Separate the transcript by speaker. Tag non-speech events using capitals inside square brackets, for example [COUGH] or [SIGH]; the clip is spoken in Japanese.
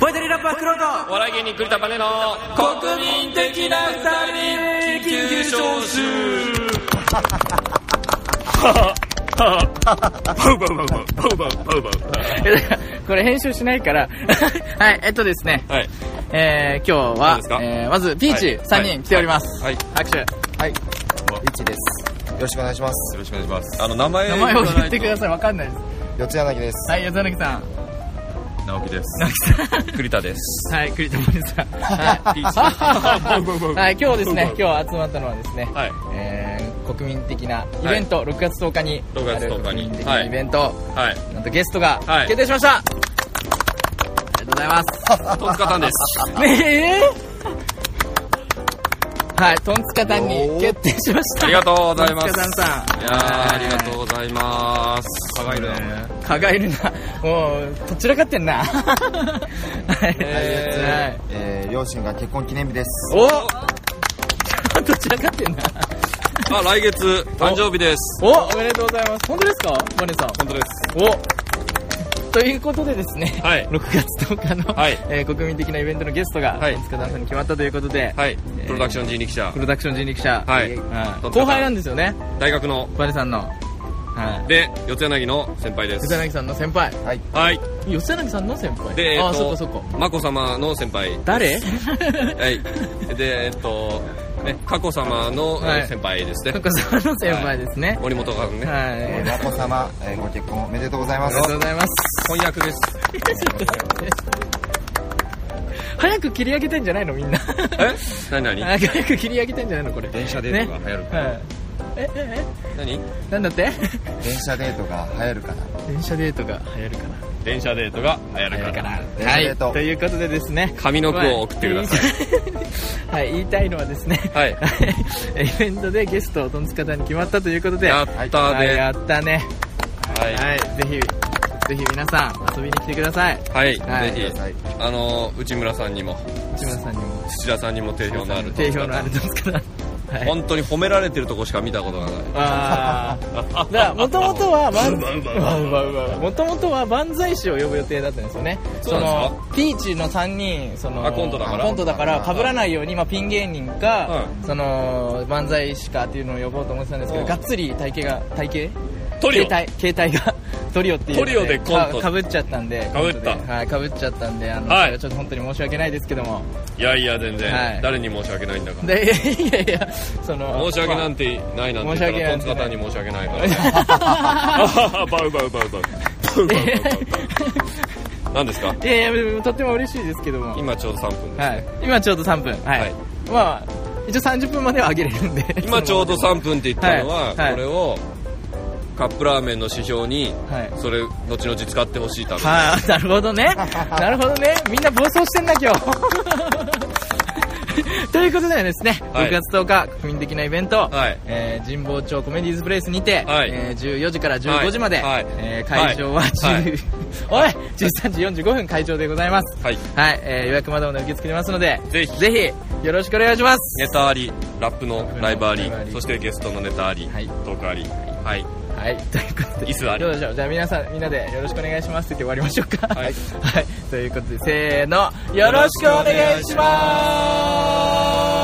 Speaker 1: ボイトリラッパークロート
Speaker 2: お笑い芸人栗田バネの国民的な二人緊急招集
Speaker 3: パウパウパウパウパウパウパウパウ
Speaker 1: [LAUGHS] これ編集しないから。 [LAUGHS] はい、えっとですね、
Speaker 2: はい
Speaker 1: えー、今日
Speaker 2: どうですか
Speaker 1: は、えー、まず、ピーチ
Speaker 2: は
Speaker 1: 3
Speaker 2: い
Speaker 1: 人来ております。
Speaker 2: はい
Speaker 1: 拍手。
Speaker 4: はい。リッチです。よろしくお願いします。
Speaker 2: よろしくお願いしますあの名前
Speaker 1: 名前を
Speaker 2: 言わ
Speaker 1: 言
Speaker 2: な
Speaker 1: っ
Speaker 2: い
Speaker 1: て
Speaker 2: と
Speaker 1: ください。わかんないです。
Speaker 4: 四谷柳です。
Speaker 1: はい、矢崎さん。
Speaker 2: 直樹です
Speaker 1: 直樹さ
Speaker 2: 栗田です
Speaker 1: ん。はい、栗田森さん。はい
Speaker 2: いっすね
Speaker 1: はい
Speaker 2: 僕僕
Speaker 1: [LAUGHS] はい、今日ですね、
Speaker 2: 僕
Speaker 1: 今日集まったのはですね、
Speaker 2: はい
Speaker 1: えー、国民的なイベント、6月10日に、
Speaker 2: 6月10日に
Speaker 1: ある国民的なイベント、
Speaker 2: はい
Speaker 1: なんとゲストが
Speaker 2: はい
Speaker 1: 決定しました、ありがとうございます。
Speaker 2: 戸塚さんです
Speaker 1: [LAUGHS] ねえはい、トンツカタンに決定しました。
Speaker 2: ありがとうございま
Speaker 1: トン
Speaker 2: す
Speaker 1: ツカタンさん。
Speaker 2: いやーありがとうございます
Speaker 3: 輝いるなお前
Speaker 1: う。蚊がいるな。もう、どちらかってんな。はい。
Speaker 2: え
Speaker 4: えー、両親が結婚記念日です。
Speaker 1: はいおどちらかってんな。
Speaker 2: あ来月誕生日です
Speaker 1: おおめでとうございます。本当ですかマネさん。
Speaker 2: 本当です
Speaker 1: おということでですね、
Speaker 2: はい
Speaker 1: 6月10日の、
Speaker 2: はい
Speaker 1: えー国民的なイベントのゲストが、
Speaker 2: はい
Speaker 1: トンツカタンさんに決まったということで、
Speaker 2: はい
Speaker 1: えー
Speaker 2: プロダクション人力車
Speaker 1: プロダクション人力車、
Speaker 2: はい
Speaker 1: うん
Speaker 2: トンツカタン
Speaker 1: 後輩なんですよね、
Speaker 2: 大学の
Speaker 1: バネさんの。はい
Speaker 2: で四谷柳の先輩で
Speaker 1: 吉田
Speaker 2: す
Speaker 1: 柳さんの先輩
Speaker 4: はい。
Speaker 2: はい
Speaker 1: 吉田柳さんの先輩
Speaker 2: でえっ
Speaker 1: ああそっ
Speaker 2: と
Speaker 1: かそっか
Speaker 2: 眞子さまの先輩
Speaker 1: 誰
Speaker 2: [LAUGHS]
Speaker 1: [LAUGHS]
Speaker 2: はい。で、えっと、ね、佳子様の
Speaker 1: はい
Speaker 2: えー先輩ですね
Speaker 1: そっ。かさんの先輩ですね
Speaker 2: 森本さんね。
Speaker 1: はい、
Speaker 4: えー、眞子様、えー、ご結婚おめでとうござい
Speaker 1: あ
Speaker 4: ま
Speaker 1: り
Speaker 4: す
Speaker 1: が。とうございます
Speaker 2: 婚約です。
Speaker 1: 早く切り上げてんじゃないのみんな
Speaker 2: え何何何
Speaker 1: [LAUGHS] 早く切り上げてんじゃないのこれ
Speaker 3: 電車デートが流行るから
Speaker 1: ねはいえええなんだ
Speaker 2: [LAUGHS]
Speaker 1: って
Speaker 4: 電車デートが流行るかな。
Speaker 1: 電車デートが流行るかな
Speaker 2: 電車デートが流行るから。
Speaker 4: 電車デート
Speaker 1: はい、ということでですね
Speaker 2: 上の句を送ってくださ
Speaker 1: い [LAUGHS] はい言いたいのはですね
Speaker 2: はい
Speaker 1: イベントでゲストをトンツカタンに決まったということで
Speaker 2: やった
Speaker 1: はい
Speaker 2: ね
Speaker 1: やったね
Speaker 2: は
Speaker 1: はい、ぜひ、ぜひ皆さん遊びに来てください。
Speaker 2: い。
Speaker 1: は
Speaker 2: はいい。ぜ
Speaker 4: はい。
Speaker 2: ひ、あのー、内村さんにも、
Speaker 1: 内村さんにも、
Speaker 2: 土田さんにも定評のある。
Speaker 1: 定評のあるトンツカタン。はい。
Speaker 2: 本当に褒められてるとこしか見たことがない。
Speaker 1: ああ、だから、もともとは、万
Speaker 3: うまうまう
Speaker 1: [LAUGHS] もともとは万歳師を呼ぶ予定だったんですよね。
Speaker 2: そうなんで
Speaker 1: の、ピーチの3人、その、
Speaker 2: あコントだから
Speaker 1: コントだから被らないように、まあ、ピン芸人か、その、万歳師かっていうのを呼ぼうと思ってたんですけど、
Speaker 2: うん
Speaker 1: がっつり体型が、体型
Speaker 2: トリオ
Speaker 1: 携帯携帯が [LAUGHS] トリオっていうの
Speaker 2: トリオでコント
Speaker 1: かかぶっちゃったんで
Speaker 2: かぶった
Speaker 1: コントではいかぶっちゃったんであの、
Speaker 2: はい
Speaker 1: それちょっと本当に申し訳ないですけども
Speaker 2: いやいや、全
Speaker 1: はい
Speaker 2: 然。誰に申し訳ないんだから。
Speaker 1: でいやいやいやその
Speaker 2: 申し訳なん
Speaker 1: て
Speaker 2: てないなん
Speaker 1: 申
Speaker 2: て
Speaker 1: し
Speaker 2: 言
Speaker 1: 訳な
Speaker 2: ったら、
Speaker 1: い
Speaker 2: トンツカタンに申し訳ないから。
Speaker 3: バウバ
Speaker 1: [LAUGHS]
Speaker 3: ウバウバウバウバウバウ
Speaker 2: 何ですか
Speaker 1: いやいやでもとっても嬉しいですけども
Speaker 2: 今ちょうど3分です。
Speaker 1: はい、今ちょうど3分はい、
Speaker 2: はい
Speaker 1: まあ一応30分までは上げれるんで
Speaker 2: 今ちょうど3分って言ったの
Speaker 1: は
Speaker 2: は、
Speaker 1: いはい
Speaker 2: これをカップラーメンの指標に
Speaker 1: はい
Speaker 2: それ後々使ってほしいため
Speaker 1: はい、なるほどね。なるほどね。みんな暴走してんだ今日。 [LAUGHS] ということでですね、
Speaker 2: はい
Speaker 1: 6月10日、国民的なイベント、
Speaker 2: はい
Speaker 1: えー神保町コメディーズプレイスにて、
Speaker 2: はい
Speaker 1: えー14時から15時まで、
Speaker 2: はいはい
Speaker 1: えー会場は
Speaker 2: はい
Speaker 1: 10、おい [LAUGHS] !13 時45分会場でございます。
Speaker 2: はい
Speaker 1: はい、えー予約まだまだ受け付けてますので、
Speaker 2: ぜひ
Speaker 1: ぜひ、よろしくお願いします。
Speaker 2: ネタありラップのライブあ
Speaker 1: ライ
Speaker 2: り
Speaker 1: ブあり
Speaker 2: そしてゲストのネタあり、
Speaker 1: はい
Speaker 2: トークありはい
Speaker 1: はい、ということで、
Speaker 2: 椅子あり
Speaker 1: どうでしょう。じゃあ皆さん、みんなでよろしくお願いしますって言って終わりましょうか。
Speaker 2: はい
Speaker 1: はい、ということで、せーの、よろしくお願いします